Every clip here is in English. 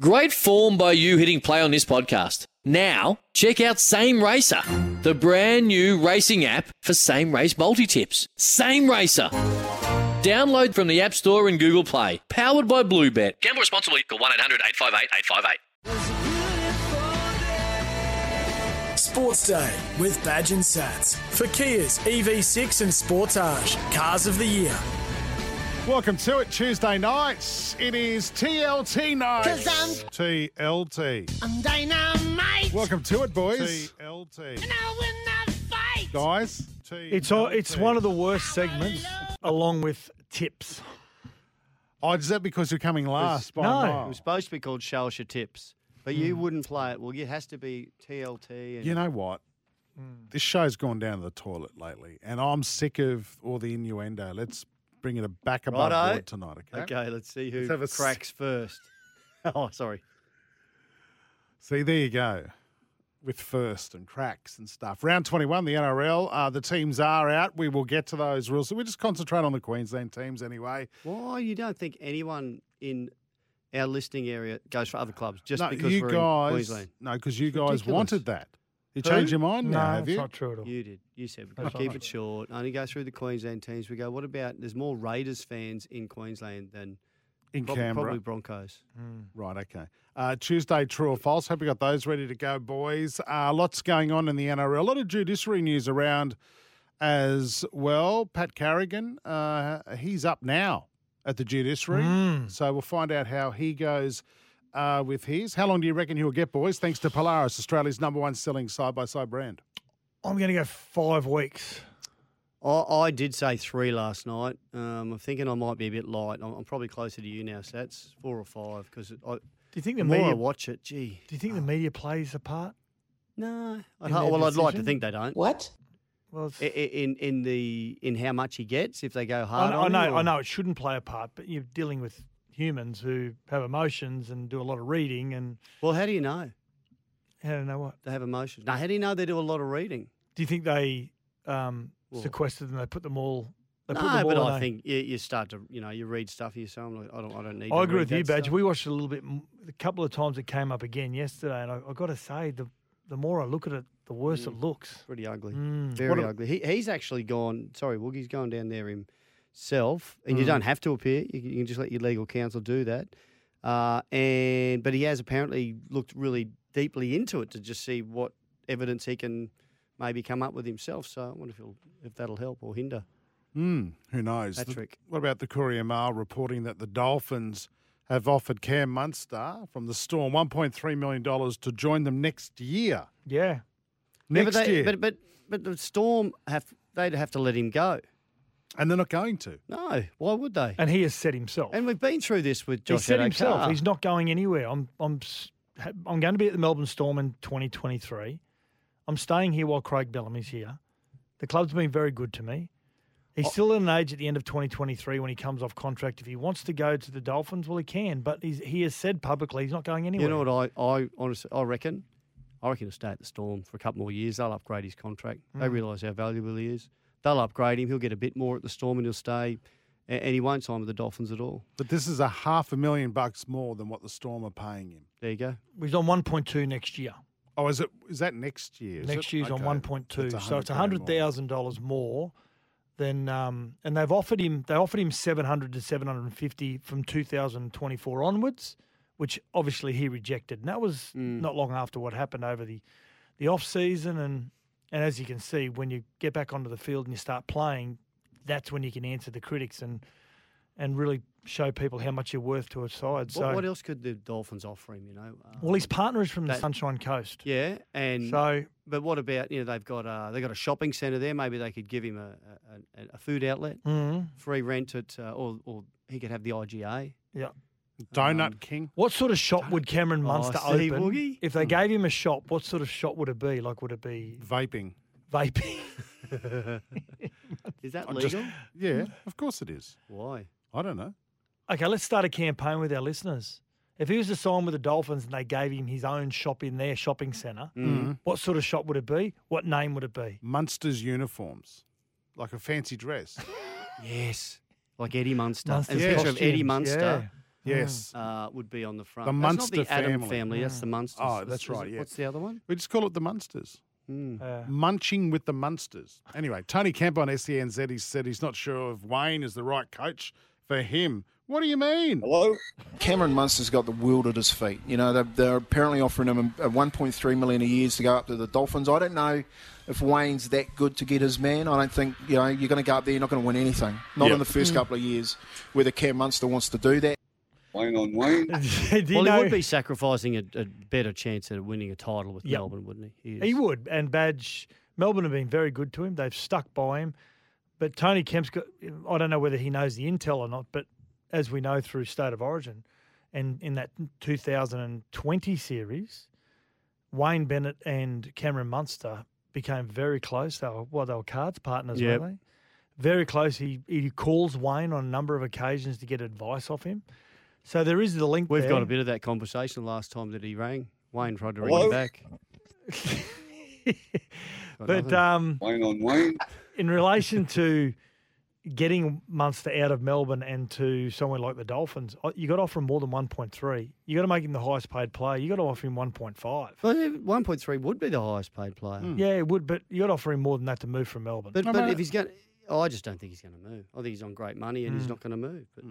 Great form by you hitting play on this podcast. Now, check out Same Racer, the brand new racing app for same race multi tips. Same Racer. Download from the App Store and Google Play. Powered by Bluebet. Gamble responsibly. Call 1 800 858 858. Sports Day with Badge and Sats for Kia's EV6 and Sportage Cars of the Year. Welcome to it, Tuesday nights. It is TLT night. TLT. I'm dynamite. Welcome to it, boys. TLT. I will not fight. Guys, TLT. It's all, it's one of the worst segments, along with tips. Oh, is that because you're coming last? by a no. Hmm. mile? It was supposed to be called Shell Your Tips, but you wouldn't play it. Well, it has to be TLT. And You know what? Mm. This show's gone down to the toilet lately, and I'm sick of all the innuendo. Let's bring it back above Righto. board tonight, okay? okay, let's see who Let's have a s- cracks first. Oh, sorry. See, there you go. With first and cracks and stuff. Round 21, the NRL, uh, the teams are out. We will get to those rules. So we just concentrate on the Queensland teams anyway. Why you don't think anyone in our listing area goes for other clubs just no, because you we're guys, in Queensland? No, because you guys ridiculous. wanted that. You Who? changed your mind No, now, have it's you? not true at all. You did. You said we That's could keep right. it short. Only go through the Queensland teams. We go. What about? There's more Raiders fans in Queensland than In prob- Canberra. probably Broncos. Right, okay. Uh, Tuesday, true or false. Hope we got those ready to go, boys. Uh, lots going on in the NRL. A lot of judiciary news around as well. Pat Carrigan, uh, he's up now at the judiciary. Hmm. So we'll find out how he goes uh, with his. How long do you reckon he'll get, boys? Thanks to Polaris, Australia's number one selling side by side brand. I'm going to go five weeks. I, I did say three last night. Um, I'm thinking I might be a bit light. I'm, I'm probably closer to you now, Sats, four or five, because I, Do you think the the more I media? watch it, gee, do you think the media plays a part? no. I'd, In ho- their well, I'd like to decision? think they don't. What? Well, it's, I- i- In in the in how much he gets if they go I, hard. know, I on him, know, I or- know it shouldn't play a part, but you're dealing with humans who have emotions and do a lot of reading, and Well, how do you know I don't know what. they have emotions? Now, how do you know they do a lot of reading? Do you think they um, Well- sequestered them? They put them all. They put No, them but all I in a- think you, you start to you know you read stuff and you say I'm like, I don't I don't need. I to agree read with you, that Badge. stuff. We watched it a little bit, m- a couple of times. It came up again yesterday, and I, I got to say, the the more I look at it, the worse it looks. Pretty ugly. Mm. Very ugly. He, he's actually gone. Sorry, Woogie's gone down there himself, and Hmm. you don't have to appear. You, can- you can just let your legal counsel do that. Uh, and but he has apparently looked really deeply into it to just see what evidence he can maybe come up with himself. So I wonder if he'll, if that'll help or hinder. Mm, who knows? That The- trick. What about the Courier Mail reporting that the Dolphins have offered Cam Munster from the Storm $1.3 million to join them next year? Yeah. Yeah, Next but, they, year. but but but the Storm have they'd have to let him go. and they're not going to. No, why would they? And he has said himself. And we've been through this with he Josh Ah. said himself, Adokar. he's not going anywhere. I'm I'm s- ha- I'm going to be at the Melbourne Storm in 2023. I'm staying here while Craig Bellamy's here. The club's been very good to me. He's Oh. still at an age at the end of 2023 when he comes off contract. If he wants to go to the Dolphins, well, he can. But he's, he has said publicly he's not going anywhere. You know what I, I honestly I reckon? I reckon he'll stay at the Storm for a couple more years. They'll upgrade his contract. They Mm. realise how valuable he is. They'll upgrade him. He'll get a bit more at the Storm and he'll stay. a- And he won't sign with the Dolphins at all. But this is a half a million bucks more than what the Storm are paying him. There you go. he's on 1.2 next year. Oh, is it? Is that next year? Is next it? year's Okay. on 1.2, so it's grand more. hundred thousand dollars more than. Um, and they've offered him they offered him 700 to 750 from 2024 onwards, which obviously he rejected, and that was not long after what happened over the the off season. And and as you can see, when you get back onto the field and you start playing, that's when you can answer the critics and and really show people how much you're worth to a side. So What, what else could the Dolphins offer him, you know? Uh, well, his partner is from the That- Sunshine Coast, Yeah. And so but what about, you know, they've got uh they've got a shopping centre there. Maybe they could give him a, a, a- a food outlet, mm, free rent at uh, or or he could have the IGA. yeah. Donut King. What sort of shop would Cameron Munster see, open Woogie? if they gave him a shop? What sort of shop would it be? Like, would it be Vaping. vaping? Is that just- legal? Yeah, of course it is. Why? I don't know. okay, let's start a campaign with our listeners. If he was to sign with the Dolphins and they gave him his own shop in their shopping centre, Mm-hmm. what sort of shop would it be? What name would it be? Munsters uniforms, like a fancy dress. Yes. Like Eddie Munster. Munster's and a picture of costumes, Eddie Munster yes. uh, would be on the front. The that's Munster not the Adam family. family. That's the Munsters. Oh, Is- that's is right, it- yeah. What's the other one? We just call it the Munsters. Yeah. Uh, Munching with the Munsters. Anyway, Tony Camp on SENZ he said he's not sure if Wayne is the right coach for him. What do you mean? Oh, Hello? Cameron Munster's got the world at his feet. You know, they're, they're apparently offering him a 1.3 million a year to go up to the Dolphins. I don't know if Wayne's that good to get his man. I don't think, you know, you're going to go up there, you're not going to win anything. Not in the Mm. first couple of years, whether Cam Munster wants to do that. Wayne on Wayne. do you well, know- he would be sacrificing a, a better chance at winning a title with Yep. Melbourne, wouldn't he? He is. would. And Badge, Melbourne have been very good to him. They've stuck by him. But Tony Kemp's got, I don't know whether he knows the intel or not, but as we know through State of Origin and in that 2020 series, Wayne Bennett and Cameron Munster became very close. They were, well, they were cards partners, Yep. weren't they? Very close. He, he calls Wayne on a number of occasions to get advice off him. So there is the link We've there. got a bit of that conversation last time that he rang. Wayne tried to ring him back. Got But nothing. um, Wayne on Wayne. in relation to getting Munster out of Melbourne and to somewhere like the Dolphins, uh, you got to offer him more than 1.3. You got to make him the highest paid player. You got to offer him 1.5. Well, yeah, 1.3 would be the highest paid player. Hmm. Yeah, it would, but you got to offer him more than that to move from Melbourne. Hmm. But, No, but but- if he's going to, I just don't think he's going to move. I think he's on great money and he's not going to move. But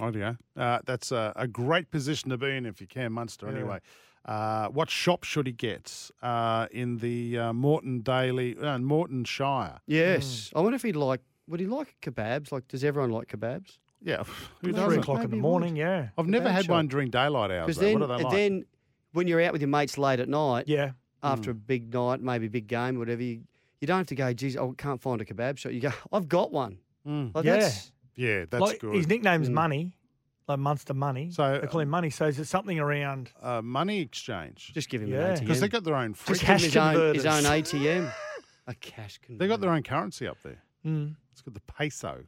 Oh, yeah. Uh, that's a, a great position to be in if you can, Munster, anyway. Uh, what shop should he get uh, in the uh, Morton Daily, uh, Morton Shire? Yes. I wonder if he'd like, would he like kebabs? Like, does everyone like kebabs? Yeah, who Three Three doesn't? doesn't? o'clock in the Maybe he morning, yeah. I've never Kebab had shop. one during daylight hours. Though. Because then, What are they like? then when you're out with your mates late at night, Yeah. after Hmm. a big night, maybe a big game, whatever, you, you don't have to go, geez, I can't find a kebab shop. You go, I've got one. Mm. Like, Hmm. Yeah. that's, Hmm. yeah, that's like, good. His nickname's Money, like Munster Money. So, they call um, him Money. So is it something around. uh, money exchange just give him Yeah. an ATM. because they got their own. Free, Give him his, own, converters. his own ATM. A cash converter. they got their own currency up there. Hmm. Mm. It's called the peso.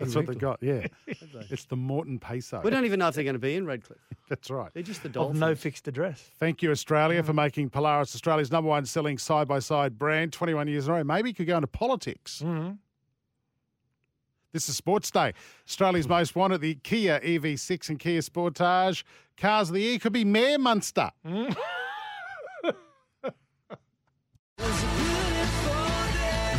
That's what they got. Yeah, it's the Morton peso. We don't even know if they're going to be in Redcliffe. That's right. They're just Mm. the Of dolphins. no fixed address. Thank you, Australia, for making Polaris Australia's number one selling side by side brand 21 years in a row. Maybe you could go into politics. Mm-hmm. Mhm. This is Sports Day. Australia's Hmm. most wanted, the Kia EV6 and Kia Sportage. Cars of the year could be Mayor Munster.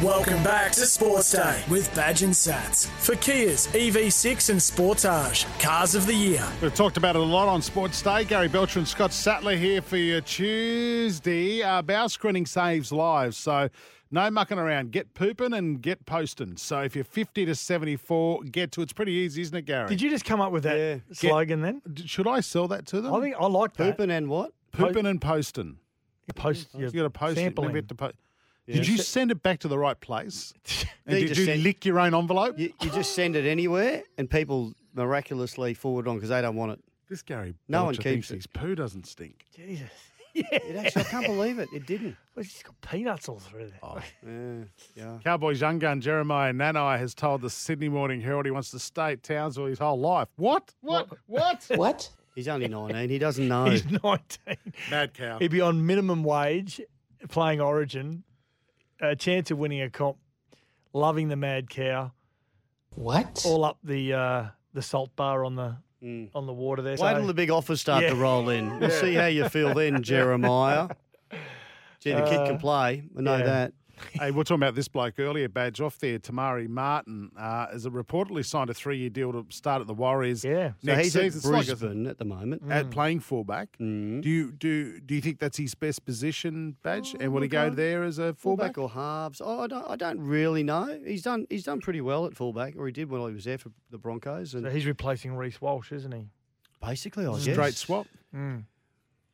Welcome back to Sports Day with Badge and Sats for Kia's EV6 and Sportage Cars of the Year. We've talked about it a lot on Sports Day. Gary Belcher and Scott Sattler here for your Tuesday. Uh, bow screening saves lives, so no mucking around. Get pooping and get posting. So if you're 50 to 74, get to it. It's pretty easy, isn't it, Gary? Did you just come up with that Yeah. slogan then? D- Should I sell that to them? I think I like that. Pooping and what? pooping and posting. You post, you You got to post sample it. him. Maybe have to po- Did you send it back to the right place? And They did just you sent- lick your own envelope? You, you just send it anywhere and people miraculously forward on because they don't want it. This Gary. No one Belcher keeps thinks His poo doesn't stink. Jesus. It actually, I can't believe it. It didn't. Well, she's got peanuts all through there. Oh, Yeah, yeah. Cowboys young gun Jeremiah Nanai has told the Sydney Morning Herald he wants to stay at Townsville his whole life. What? What? What? What? He's only 19. He doesn't know. He's 19. Mad cow. He'd be on minimum wage playing Origin, a chance of winning a comp, loving the mad cow, What? all up the uh, the salt bar on the Mm. on the water there. Wait So- till the big offers start Yeah. to roll in. We'll see how you feel then, Jeremiah. Gee, the kid can play. I know Uh, yeah. that. hey, we we're talking about this bloke earlier, badge off there. Tamari Martin uh, is a reportedly signed a three year deal to start at the Warriors. Yeah. So next he's season. at It's like a- Brisbane Mm. at the Mm-hmm. moment. at playing fullback. Do you do do you think that's his best position, Badge? and will he go there as a fullback? Oh, Fullback or halves? Oh, I don't. I don't really know. He's done. He's done pretty well at fullback, or he did while he was there for the Broncos. And so he's replacing Reese Walsh, isn't he? basically, I guess. Straight swap.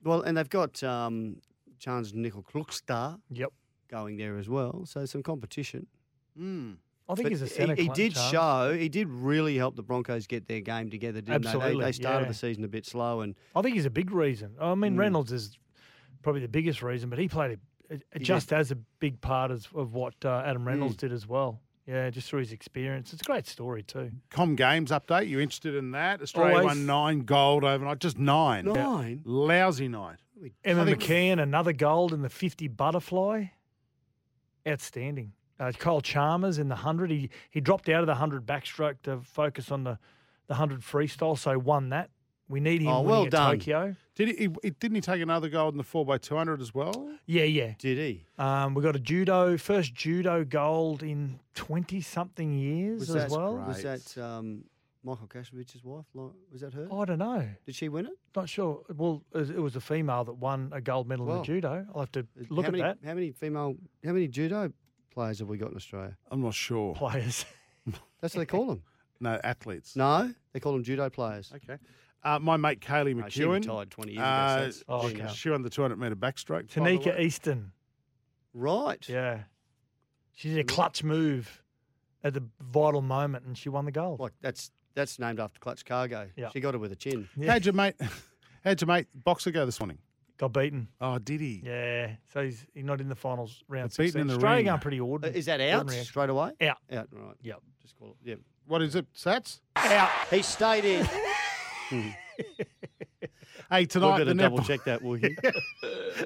Well, and they've got um, Chance Nickel Klukstar Yep. going there as well. So some competition. I think But he's a he- centre He, cl- did chance. show. He did really help the Broncos get their game together, didn't they? Absolutely, They, they started yeah. the season a bit slow, and I think he's a big reason. I mean, Mm. Reynolds is probably the biggest reason, but he played a, a- He just did. Mm. as a big part as, of what uh, Adam Reynolds did as well. Yeah, just through his experience. It's a great story too. Com Games update. You interested in that? Australia Always. won nine gold overnight. Just nine. Nine? Lousy night. Emma I think- McKeon, another gold in the 50 butterfly. Outstanding. Uh, Kyle Chalmers in the 100. He, he dropped out of the 100 backstroke to focus on the, the 100 freestyle, so won that. We need him Oh, winning well at done. Tokyo. Did he, he? Didn't he take another gold in the four x two hundred as well? Yeah, yeah. did he? Um, we got a judo, first judo gold in 20 something years Was as that, well. was Right. that um, Michael Kashevich's wife? Lo- Was that her? I don't know. Did she win it? Not sure. Well, it it was a female that won a gold medal in Wow. the judo. I'll have to look how at many, that. How many female? How many judo players have we got in Australia? I'm not sure. Players. That's what they call them. No athletes. No, they call them judo players. Okay. Uh, my mate Kaylee No, Ah, she McEwen. retired 20 years ago, so Uh, that's- Oh, she- okay. She won the 200 metre backstroke. by the Tanika way. Easton. Right. Yeah. She did a clutch move at the vital moment and she won the gold. Like that's that's named after Clutch Cargo. Yeah. She got it with a chin. Yeah. How'd your mate? How'd your mate boxer go this morning? Got beaten. Oh, did he? Yeah. So he's, he's not in the finals round Beaten in 16. the Australia ring. going pretty Uh, ordinary. Is that out ordinary. straight away? Out. Out. Right. Yep. Just call it. Yep. What is it? Sats? He stayed in. Hey, We're tonight going the to double netball, check that, Woogie.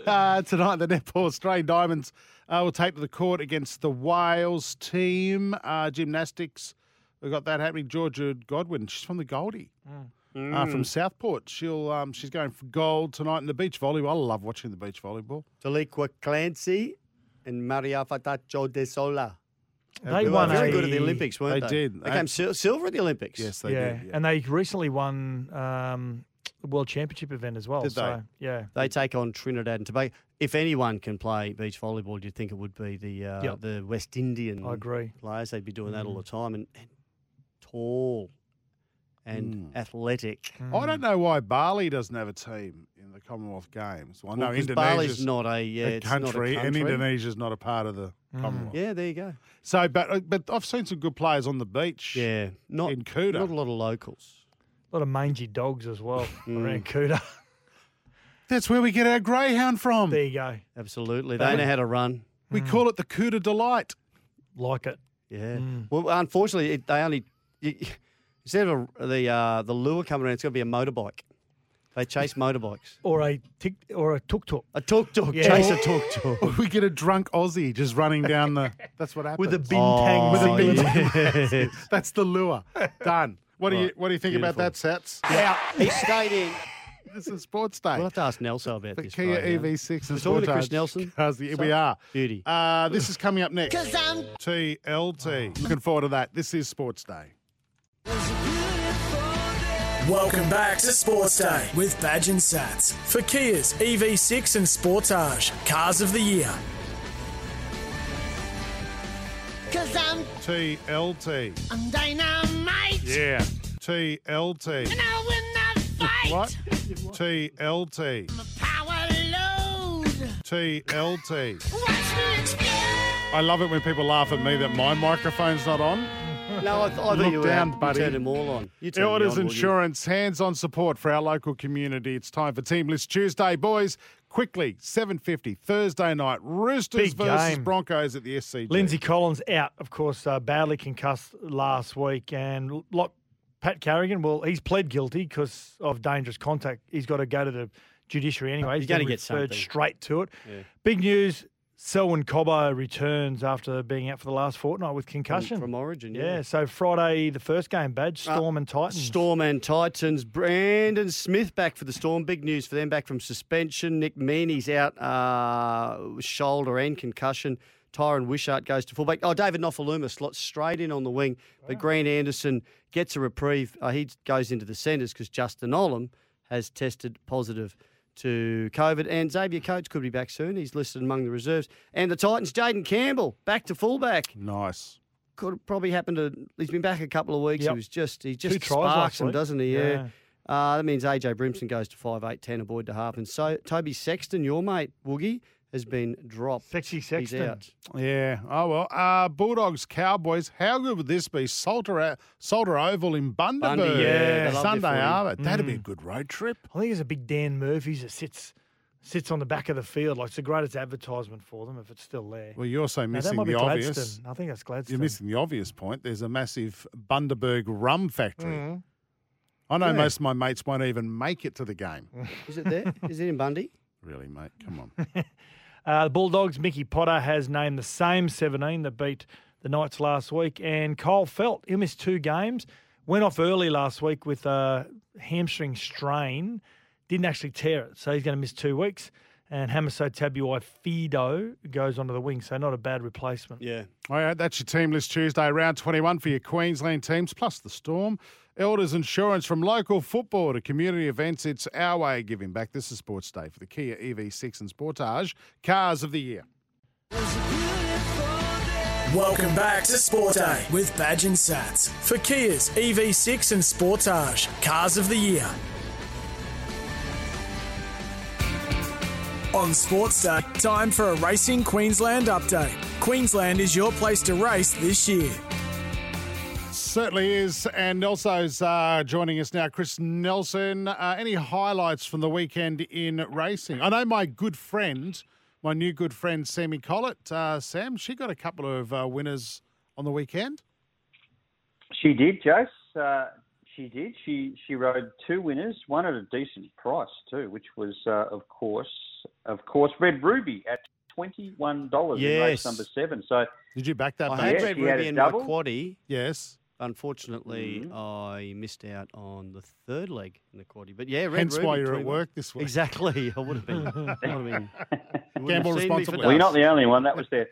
uh, tonight the netball Australian Diamonds uh, will take to the court against the Wales team. Uh, gymnastics, we have got that happening. Georgia Godwin, she's from the Goldie, Mm. uh, from Southport. She'll um, she's going for gold tonight in the beach volleyball. I love watching the beach volleyball. Taliqua Clancy and Maria Fatacho de Sola. They They won were very a- good at the Olympics, weren't They they? did. They They- came sil- silver at the Olympics. Yes, they yeah. do. yeah. And they recently won um, the World Championship event as well. Did they? so, yeah. They take on Trinidad and Tobago. If anyone can play beach volleyball, you'd think it would be the uh, Yep. the West Hmm. Indian I agree. Mm. players. They'd be doing that all the time and, and tall and Hmm. athletic. Hmm. I don't know why Bali doesn't have a team in the Commonwealth Games. Well, I Well, know 'cause Indonesia's Bali's not a, yeah, a it's not a country, and country. Mm. Indonesia's not a part of the Commonwealth. Yeah, there you go. So, but uh, but I've seen some good players on the beach. Yeah, not In Kuta. Not a lot of locals. A lot of mangy dogs as well Hmm. around Kuta. that's where we get our greyhound from. there you go. Absolutely, they know how to run. We call it the Cooter Delight. Like it. Yeah. Hmm. Well, unfortunately, it, they only you, instead of a, the uh, the lure coming around, it's going to be a motorbike. They chase motorbikes. Or a tick or a tuk tuk. A tuk tuk, Yeah. chase a tuk tuk. we get a drunk Aussie just running down the. That's what happens. With a bintang. Oh, with a singlet. Oh, yes. that's the lure. Done. What do you Right. What do you think Beautiful. about that, Sats? he stayed in. This is sports day. We'll have to ask Nelson about the this. Kia program. EV6 and talking to Sportage Chris Nelson? cars. Yeah, we are. Beauty. Uh, this is coming up next. TLT. Looking forward to that. This is Sports Day. Welcome back to Sports Day with Badge and Sats for Kia's EV6 and Sportage Cars of the Year. Cause I'm, TLT. I'm dynamite. Yeah. TLT. And I will not fight. What? TLT. I'm a power load. TLT. Watch me explode. I love it when people laugh at me that my microphone's not on. No, I, th- I Look thought you were down, out. buddy. You turned them all on. You turned me Elders on, will you? Insurance, hands on support for our local community. It's time for Team List Tuesday, boys. Quickly, 7.50, Thursday night, Roosters Big versus game. Broncos at the SCG. Lindsay Collins out, of course, uh, badly concussed last week, and like Pat Carrigan, well, he's pled guilty because of dangerous contact. He's got to go to the judiciary anyway. He's gonna been get referred something. straight to it. Big news: Selwyn Cobbo returns after being out for the last fortnight with concussion. From Origin, yeah. yeah. Uh, so Friday, the first game, badge Storm and Titans. Storm and Titans. Brandon Smith back for the Storm. Big news for them. Back from suspension. Nick Meaney's out uh, with shoulder and concussion. Tyron Wishart goes to fullback. Oh, David Nofaluma slots straight in on the wing, but Grant Anderson gets a reprieve. Uh, he goes into the centres because Justin Olam has tested positive to COVID. And Xavier Coates could be back soon. He's listed among the reserves. And the Titans, Jaden Campbell back to fullback Nice. could have probably happened to. He's been back a couple of weeks. Yep. He was just he just tries last sparks him, week. doesn't he? Yeah. Yeah. Uh, that means AJ Brimson goes to five eight ten, a boy to half, and so Toby Sexton, your mate Woogie, has been dropped. Sexy Sexton. He's out. Yeah. Oh well. Uh, Bulldogs, Cowboys. How good would this be? Salter, Salter Oval in Bundaberg. Bundy, yeah, they love Sunday their footy. arvo. That'd Mm. be a good road trip. I think there's a big Dan Murphy's that sits sits on the back of the field. Like it's the greatest advertisement for them if it's still there. Well, you're also Now, that missing might be the Gladstone. obvious. I think that's Gladstone. You're missing the obvious point. There's a massive Bundaberg rum factory. I know Mm. Yeah. Mm. most of my mates won't even make it to the game. Is it there? Is it in Bundy? Really, mate? Come on. Uh, the Bulldogs, Mickey Potter has named the same 17 that beat the Knights last week. And Kyle Felt, he missed two games, went off early last week with a hamstring strain, didn't actually tear it. So he's going to miss two weeks. And Hamaso Tabuai Fido goes onto the wing. So not a bad replacement. Yeah. All right, that's your team list Tuesday, round 21 for your Queensland teams, plus the Storm. Elders Insurance from local football to community events. It's our way of giving back. This is Sports Day for the Kia EV6 and Sportage Cars of the Year. Welcome back to Sport Day with Badge and Sats for Kia's EV6 and Sportage Cars of the Year. On Sports Day, time for a Racing Queensland update. Queensland is your place to race this year. Certainly is. And Nelso's uh, joining us now. Chris Nelson, uh, any highlights from the weekend in racing? I know my good friend, my new good friend, Sammy Collett, uh, Sam, she got a couple of uh, winners on the weekend. She did, Jace. Uh, she did. She she rode two winners, one at a decent price too, which was uh, of course of course Red Ruby at twenty one dollars in Yes. race number seven. So Did you back that, I had babe? Oh, Yeah, Red he had Ruby a in double. Mm-hmm. my quaddy. Yes. Unfortunately, I missed out on the third leg in the quaddy. But yeah, Red Hence Ruby. why you're at three- work this week. Exactly. I would have been. I would have been you wouldn't have seen Gamble me for responsibly. dust. well, you're not the only one. That was their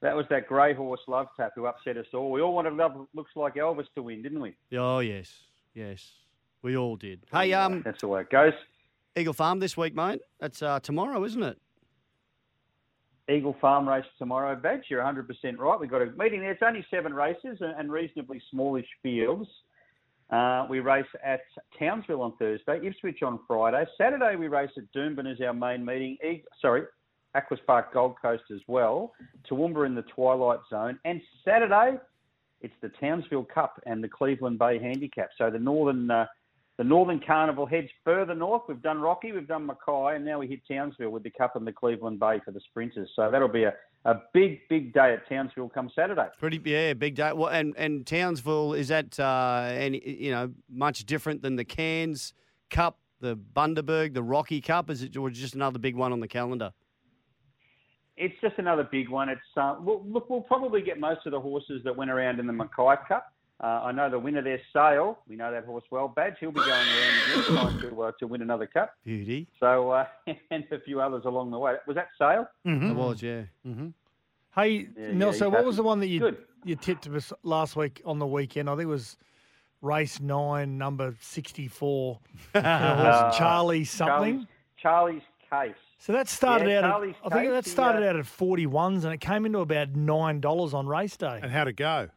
that was that grey horse love tap who upset us all. We all wanted love looks like Elvis to win, didn't we? Oh yes, yes, we all did. Hey, um, That's the way it goes. Eagle Farm this week, mate. It's uh, tomorrow, isn't it? Eagle Farm race tomorrow, Badge. You're 100% right. We've got a meeting there. It's only seven races and, and reasonably smallish fields. Uh, we race at Townsville on Thursday, Ipswich on Friday. Saturday, we race at Doomben as our main meeting. E- sorry, Aquas Park Gold Coast as well. Toowoomba in the Twilight Zone. And Saturday, it's the Townsville Cup and the Cleveland Bay Handicap. So the Northern. Uh, the Northern Carnival heads further north. We've done Rocky, we've done Mackay, and now we hit Townsville with the Cup and the Cleveland Bay for the sprinters. So that'll be a, a big, big day at Townsville come Saturday. Pretty yeah, big day. Well, and and Townsville is that uh, any you know much different than the Cairns Cup, the Bundaberg, the Rocky Cup? Is it or just another big one on the calendar? It's just another big one. It's uh, we'll, look, we'll probably get most of the horses that went around in the Mackay Cup. Uh, I know the winner there, Sale. We know that horse well. Badge, he'll be going around again trying to, uh, to win another cup. Beauty. So uh, and a few others along the way. Was that Sale? It was yeah. Mm-hmm. Hey, Yeah, yeah, Nelson, what exactly. was the one that you Good. you tipped us last week on the weekend? I think it was race nine, number 64. The horse Charlie something. Charlie's, Charlie's Case. So that started Uh, Yeah, out. Charlie's At, I think Case, that he, started uh, out at forty ones, and it came into about nine dollars on race day. And how to go?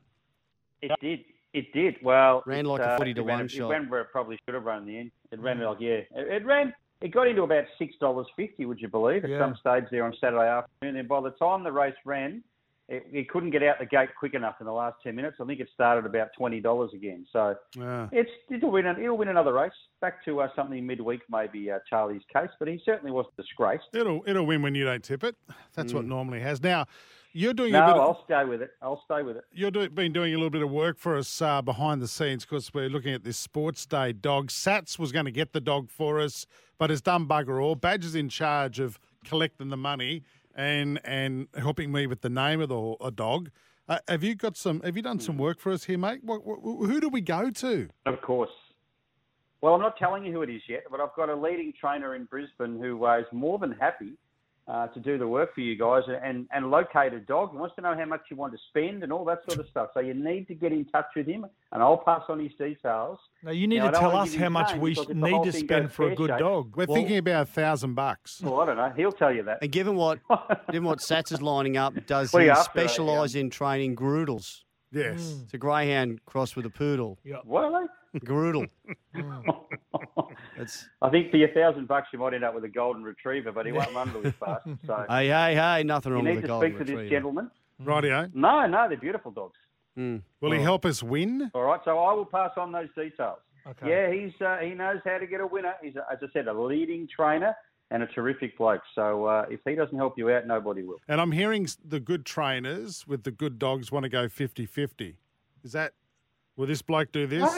It did. It did. Well, Ran it, like a 40 to it ran- one shot. It ran where it probably should have run in the end. It ran like yeah. It, it ran. It got into about six dollars fifty. Would you believe? At Yeah. some stage there on Saturday afternoon. Then by the time the race ran, it, it couldn't get out the gate quick enough in the last ten minutes. I think it started about twenty dollars again. So Yeah. it's it'll win. an- It'll win another race. Back to uh, something midweek, maybe uh, Charlie's case. But he certainly wasn't disgraced. It'll it'll win when you don't tip it. That's what normally has. Now, you're doing Mm. a No, bit. Of, I'll stay with it. I'll stay with it. you're do, been doing a little bit of work for us uh, behind the scenes because we're looking at this sports day dog. Sats was going to get the dog for us, but it's done bugger all. Badge is in charge of collecting the money and and helping me with the name of the a dog. Uh, have you got some? Have you done some work for us here, mate? What, what, who do we go to? Of course. Well, I'm not telling you who it is yet, but I've got a leading trainer in Brisbane who uh, is more than happy uh, to do the work for you guys and, and, and locate a dog and wants to know how much you want to spend and all that sort of stuff. So you need to get in touch with him, and I'll pass on his details. Now you need Now, I to don't tell wanna us give you how much time we because sh- if the need whole to thing spend goes for a good pear-shaped- dog. We're thinking about a thousand bucks. Well, I don't know. He'll tell you that. And given what given what Sats is lining up, does What are he you after, eh? specialise in training groodles? Yes. Mm. It's a greyhound crossed with a poodle. Yeah. What are they? Groodle. I think for your thousand bucks, you might end up with a golden retriever, but he won't run really fast. So hey, hey, hey, nothing you wrong need with a to golden speak to this retriever. gentleman. Rightio. No, no, they're beautiful dogs. Will he Well- help us win? All right, so I will pass on those details. Okay. Yeah, he's uh, he knows how to get a winner. He's, as I said, a leading trainer and a terrific bloke. So uh, if he doesn't help you out, nobody will. And I'm hearing s- the good trainers with the good dogs want to go 50 50. Is that, will this bloke do this?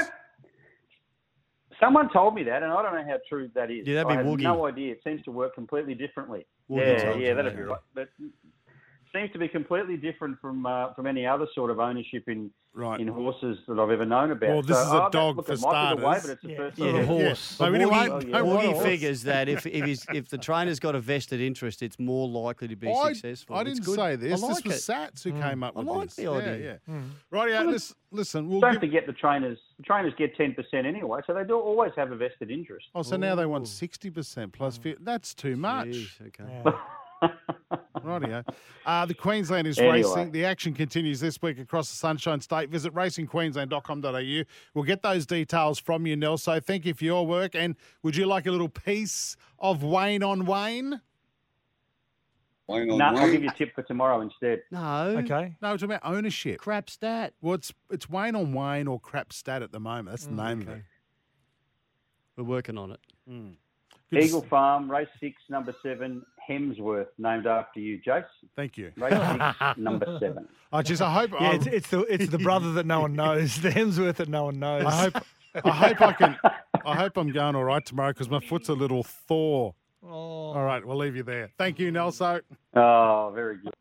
Someone told me that, and I don't know how true that is. Yeah, that'd I be have Woogie. no idea. It seems to work completely differently. Woogie yeah, told yeah, you that'd that, be yeah. right. But it seems to be completely different from uh, from any other sort of ownership in right. in horses that I've ever known about. Well, this So, is a oh, that- dog look, for it might be the way, starters. but it's the Yeah. first Yeah. time. A horse. But we don't want- Oh, don't want a Woogie horse. figures that if if, he's, if the trainer's got a vested interest, it's more likely to Oh. be I, successful. I It's didn't good. say this. I this like was it. Mm. Sats who came up I with like this. the Yeah, idea. yeah. Mm. Right, yeah, Well, listen, listen, we'll don't give. forget the trainers. The trainers get ten percent anyway, so they do always have a vested interest. Oh, so now they want 60% Mm. plus 50. That's too much. okay. Rightio. Uh, the Queensland is Anyway. racing. The action continues this week across the Sunshine State. Visit racingqueensland.com.au. We'll get those details from you, Nelso. Thank you for your work. And would you like a little piece of Wayne on Wayne? Wayne No, on I'll give Wayne. you a tip for tomorrow instead. No. Okay. No, it's about ownership. Crap stat. Well, it's, it's Wayne on Wayne or Crap Stat at the moment. That's the Mm, name of it. We're working on it. Good to Eagle Farm, race six, number seven, Hemsworth, named after you, Jace. Thank you. Race six, number seven. I just, I hope. Yeah, I- it's, it's the it's the brother that no one knows, the Hemsworth that no one knows. I hope I hope I can. I hope I'm going all right tomorrow because my foot's a little thaw. Oh. All right, we'll leave you there. Thank you, Nelso. Oh, very good.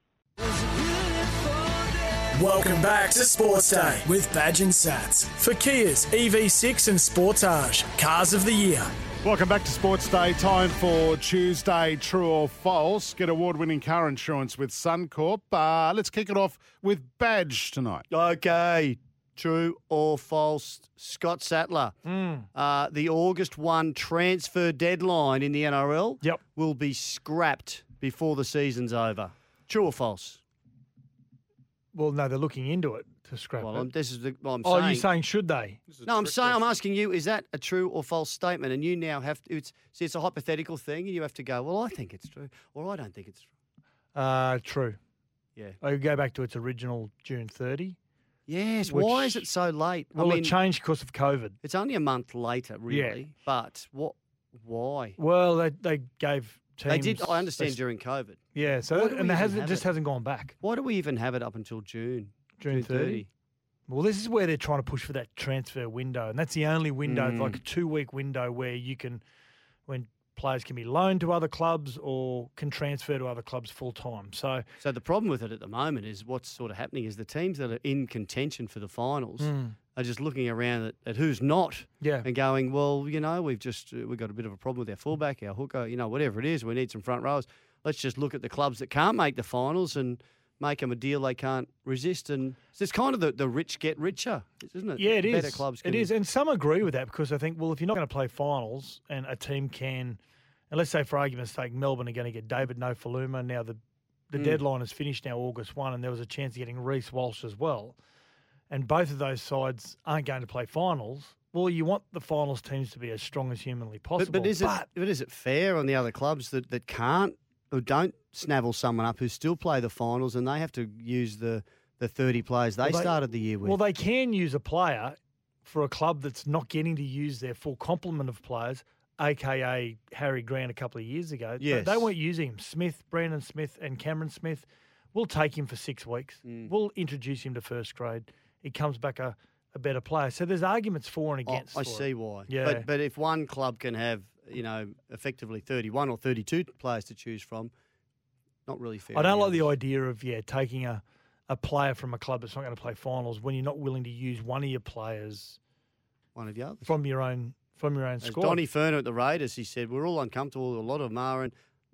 Welcome back to Sports Day with Badge and Sats for Kia's EV6 and Sportage Cars of the Year. Welcome back to Sports Day. Time for Tuesday, true or false. Get award-winning car insurance with Suncorp. Uh, let's kick it off with Badge tonight. Okay. True or false? Scott Sattler. Uh, the August 1 transfer deadline in the NRL Yep. will be scrapped before the season's over. True or false? Well, no, they're looking into it to scrap Well, it. I'm, this is the, well, I'm oh, saying. you're saying should they? No, I'm saying I'm asking you: Is that a true or false statement? And you now have to, it's see, it's a hypothetical thing, and you have to go. Well, I think it's true, or I don't think it's true. Uh, true. Yeah. I could go back to its original June 30. Yes. Which- why is it so late? Well, I mean, it changed because of COVID. it's only a month later, really. But what? Why? Well, they, they gave teams. they did. I understand they- during COVID. Yeah, Why so do we and even it hasn't have just it? hasn't gone back. Why do we even have it up until June? June 30. Well, this is where they're trying to push for that transfer window, and that's the only window, it's Mm. like a two-week window where you can, when players can be loaned to other clubs or can transfer to other clubs full time. So So the problem with it at the moment is what's sort of happening is the teams that are in contention for the finals Mm. are just looking around at, at who's not. yeah, and going, well, you know, we've just uh, we've got a bit of a problem with our fullback, our hooker, you know, whatever it is. We need some front rows. Let's just look at the clubs that can't make the finals and make them a deal they can't resist. And so it's kind of the, the rich get richer, isn't it? Yeah, it The is. Better clubs. Can, It is, and some agree with that because I think, well, if you're not going to play finals, and a team can, and let's say for argument's sake, Melbourne are going to get David Nofaluma. Now the the Mm. deadline is finished now, August one, and there was a chance of getting Reese Walsh as well, and both of those sides aren't going to play finals. Well, you want the finals teams to be as strong as humanly possible. But, but is it but is it fair on the other clubs that, that can't or don't snavel someone up who still play the finals and they have to use the the thirty players they, Well, they- started the year with? Well, they can use a player for a club that's not getting to use their full complement of players, aka Harry Grant a couple of years ago. They- They, Yes. weren't using him. Smith, Brandon Smith, and Cameron Smith. We'll take him for six weeks. Mm. We'll introduce him to first grade. He comes back a, a better player. So there's arguments for and I- against. I for it. see why. Yeah. But but if one club can have, you know, effectively 31 or 32 players to choose from, not really fair. I don't on like the idea of yeah taking a, a player from a club that's not going to play finals when you're not willing to use one of your players one of the others. from your own from your own As squad. Donny Ferner at the Raiders, he said, we're all uncomfortable, a lot of them are, and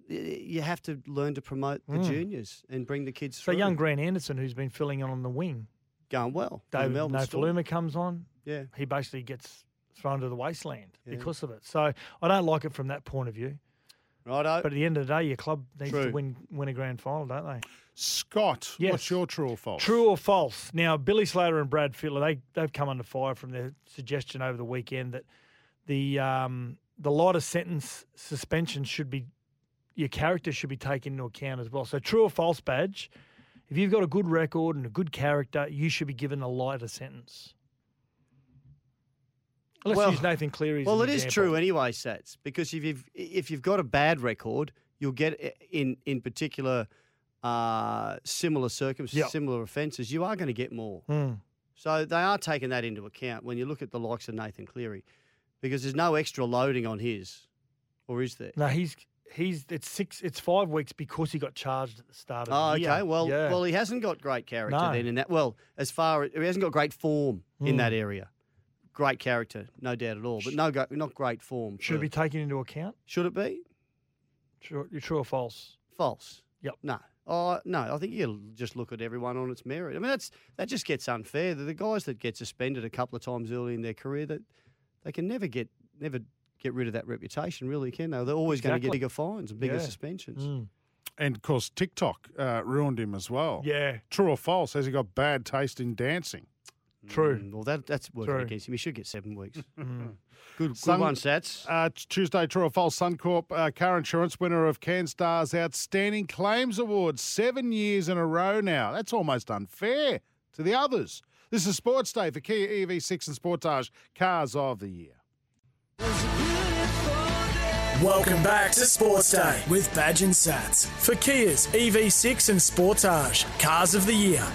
y- you have to learn to promote the Mm. juniors and bring the kids so through. young Grant Anderson, who's been filling in on the wing, Going well. for the David Melbourne Storm. Nofaluma comes on, Yeah. he basically gets thrown to the wasteland Yeah. because of it. So I don't like it from that point of view. Righto. But at the end of the day, your club needs to True. win win a grand final, don't they? Scott, Yes. what's your true or false? True or false? Now, Billy Slater and Brad Fittler, they they've come under fire from their suggestion over the weekend that the um, the lighter sentence suspension should be your character should be taken into account as well. So, true or false badge? If you've got a good record and a good character, you should be given a lighter sentence. Let's Well- use Nathan Cleary. As Well, an it is example. true anyway, Sats, because if you've if you've got a bad record, you'll get i- in in particular uh, similar circumstances, Yep. similar offences. You are going to get more. Hmm. So they are taking that into account when you look at the likes of Nathan Cleary, because there's no extra loading on his, or is there? No, he's he's it's six it's five weeks because he got charged at the start of Oh, the okay. year. Well, Yeah. well, he hasn't got great character No. then in that. Well, as far as he hasn't got great form in Mm. that area, great character, no doubt at all, but no, go- not great form. should it for- be taken into account. Should it be? True, true or false? False. Yep. No. Oh no, I think you'll just look at everyone on its merit. I mean, that's that just gets unfair. The, the guys that get suspended a couple of times early in their career, that they can never get never get rid of that reputation, really, can they? They're always going to get Exactly. bigger fines and bigger Yeah. Hmm. suspensions. And of course, TikTok uh, ruined him as well. Yeah. True or false? Has he got bad taste in dancing? True. Mm, well, that that's working True. against him. He should get seven weeks. Mm-hmm. good, good Sun- one, Sats. Uh, t- Tuesday, true or false? Suncorp uh, Car Insurance winner of CanStar's Outstanding Claims Award seven years in a row now. That's almost unfair to the others. This is Sports Day for Kia EV6 and Sportage Cars of the Year. Welcome back to Sports Day with Badge and Sats for Kia's EV6 and Sportage Cars of the Year.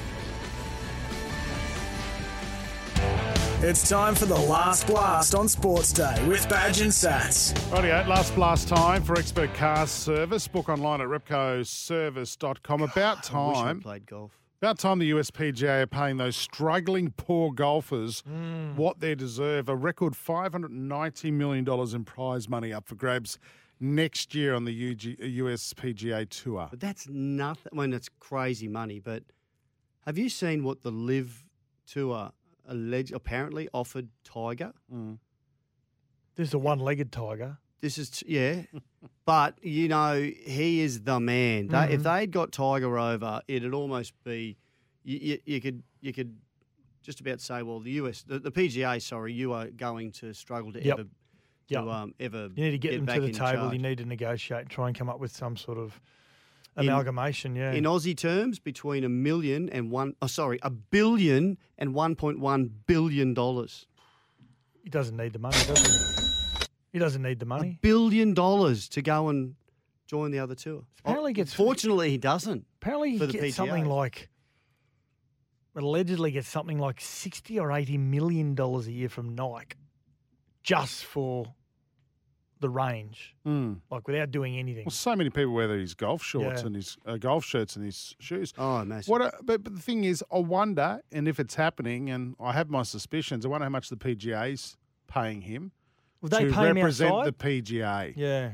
It's time for the last blast on Sports Day with Badge and Sats. Rightio, last blast time for Expert Car Service. Book online at repcoservice.com. About I wish I time. played golf. About time the USPGA are paying those struggling poor golfers Hmm. what they deserve. A record $590 million in prize money up for grabs next year on the uh, UG, USPGA Tour. But that's nothing. I mean, that's crazy money. But have you seen what the Live Tour alleged apparently offered Tiger? This is a one-legged tiger. This is t- yeah, but you know he is the man. They, If Mhm. they'd got Tiger over, it'd almost be you, you, you could you could just about say, well, the US, the, the PGA, sorry, you are going to struggle to Yep. ever, Yep. to, um, ever. You need to get, them back to the in table. charge. You need to negotiate and try and come up with some sort of In- amalgamation. yeah. In Aussie terms, between a million and one, oh, sorry, a billion and one point one billion dollars. he doesn't need the money, does he? He doesn't need the money. Billion dollars to go and join the other tour. Apparently, he gets Fortunately, he doesn't. apparently he for the gets something PGA. like allegedly gets something like sixty or eighty million dollars a year from Nike just for the range, Hmm. Mm. like without doing anything. Well, so many people wear these golf shorts Yeah. and his uh, golf shirts and his shoes. Oh, massive. What? A, but, but the thing is, I wonder, and if it's happening, and I have my suspicions, I wonder how much the PGA's paying him Well, they to pay him represent the outside? PGA. Yeah.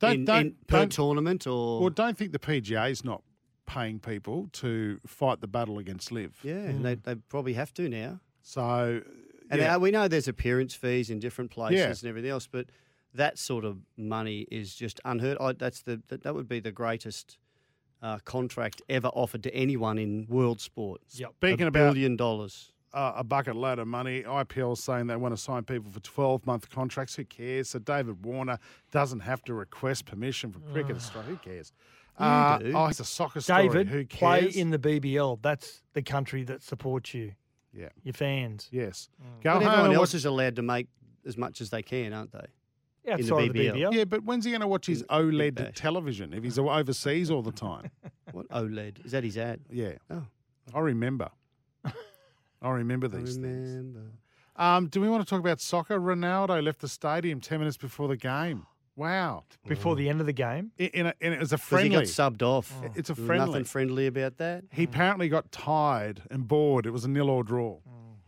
Don't, in, don't, in- per don't- tournament or Well, don't think the PGA's not paying people to fight the battle against Live. yeah, and they, they probably have to now. So, And yeah. uh, we know there's appearance fees in different places Yeah. and everything else, but that sort of money is just unheard. I, that's the that, that would be the greatest uh, contract ever offered to anyone in world sport. Yep. A Speaking about- billion dollars. uh, a bucket load of money. IPL saying they want to sign people for 12 month contracts. Who cares? So David Warner doesn't have to request permission from Cricket Australia. Who cares? Uh, do. oh, it's a soccer story. David, Who cares? play in the BBL. That's the country that supports you, yeah. your fans. Yes. Go But home Mm. everyone and else watch. is allowed to make as much as they can, aren't they? the Outside of the BBL. BBL. Yeah, but when's he going to watch his OLED Bash. television if he's overseas all the time? What oh, OLED is that? His ad? Yeah. Oh, I remember. I remember I these things. remember. Um, do we want to talk about soccer? Ronaldo left the stadium 10 minutes before the game. Wow. Before the end of the game. I- In a, and it was a 'Cause he friendly. got subbed off. Oh. It's a There was friendly. Nothing Hmm. friendly about that. He apparently got tired and bored. It was a nil or draw.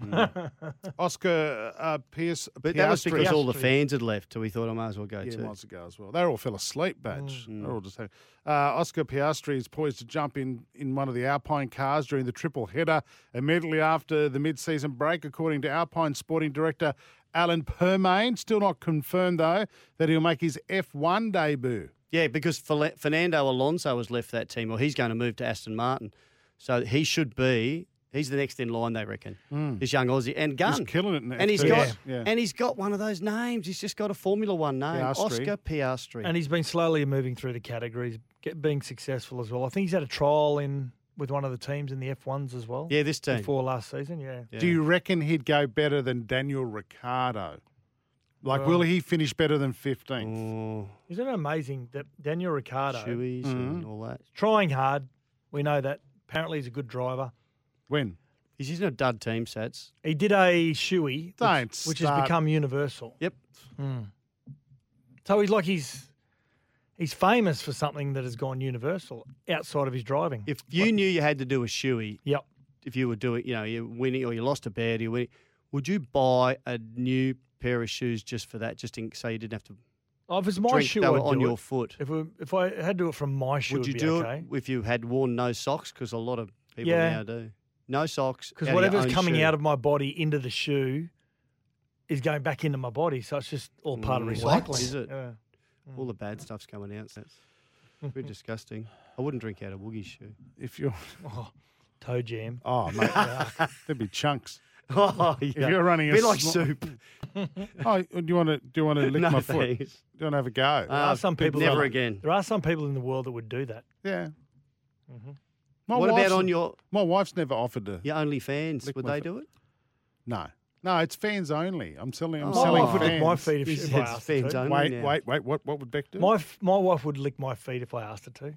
Hmm. Oscar uh, Pierce, Hmm. But that was Piastri- because all the Piastri. fans had left, so we thought I might as well go yeah, too. months ago as well. They all fell asleep. Badge. Hmm. They're all just having. Uh, Oscar Piastri is poised to jump in in one of the Alpine cars during the triple header immediately after the mid-season break, according to Alpine sporting director Alan Permain. Still not confirmed though that he'll make his F1 debut. Yeah, because Fel- Fernando Alonso has left that team, or he's going to move to Aston Martin. So he should be. He's the next in line, they reckon. Mm. This young Aussie and Gunn, killing it in and he's F2. got Yeah. Yeah. and he's got one of those names. He's just got a Formula One name, Piastri. Oscar Piastri. And he's been slowly moving through the categories, get, being successful as well. I think he's had a trial in with one of the teams in the F1s as well. Yeah, this team. Before last season, yeah. Do you reckon he'd go better than Daniel Ricciardo? Like, Well- will he finish better than Mm. 15th? Isn't it amazing that Daniel Ricciardo Shoeys and Mhm. all that? Trying hard. We know that. Apparently he's a good driver. When? He's using a dud team sets. He did a shoey, Don't which, which has start. become universal. Yep. Mm. So he's like he's he's famous for something that has gone universal outside of his driving. If you knew you had to do a shoey, yep. If you were doing, you know, you're winning or you lost a bet, you winning, would you buy a new pair of shoes just for that, just in so you didn't have to? Oh, if it's my drink shoe, they I'd were on do your it. foot. If, we, if I had to do it from my shoe, would you it'd be do okay. it if you had worn no socks? Because a lot of people Yeah. now do no socks Because whatever's coming out of my body into the shoe is going back into my body, so it's just all part of recycling. Mm, Is it? Yeah. All the bad stuff's coming out. So that's pretty disgusting. I wouldn't drink out of Woogie's shoe. If you're oh, toe jam. Oh, mate. Yeah. There'd be chunks. Oh, If yeah. you're running a Be like sma- soup. oh, do you want to do you want to lick No, my foot? thanks. Uh, Do you want to have a go? There are some people. never that- again. There are some people in the world that would do that. Yeah. Mm-hmm. What about wife's- on your- My wife's never offered to. Your OnlyFans, would they do it? No. No, it's fans only. I'm selling. Oh. I'm My selling wife would lick fans. my feet if she- if I It's asked her fans to. only Wait, now. wait, wait. What? What would Beck do? My f- my wife would lick my feet if I asked her to. That's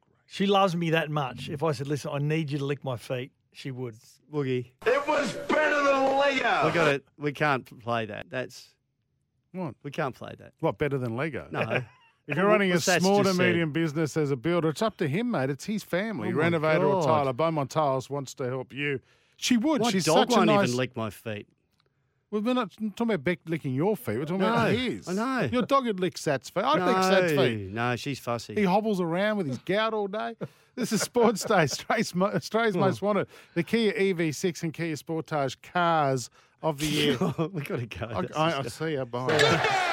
great. She loves me that much. If I said, "Listen, I need you to lick my feet," she would. Woogie. It was better than We Leo. got it. We can't play that. That's what we can't play that. What better than Lego? No. If you're running a What's that's small to just said? medium business as a builder, it's up to him, mate. It's his family. Oh, my Renovator or God. Tyler, Beaumont Tiles wants to help you. She would. My She's dog such a won't nice. even lick my feet. Well, we're not talking about Beck licking your feet. We're talking about No, his. I know. Your dog would lick Sat's feet. I'd no, lick Sat's feet. no, she's fussy. He hobbles around with his gout all day. This is Sports Day, Australia's, mo- Australia's Hmm. most wanted. The Kia EV6 and Kia Sportage cars of the year. we got to go. I, I, I see you. Bye.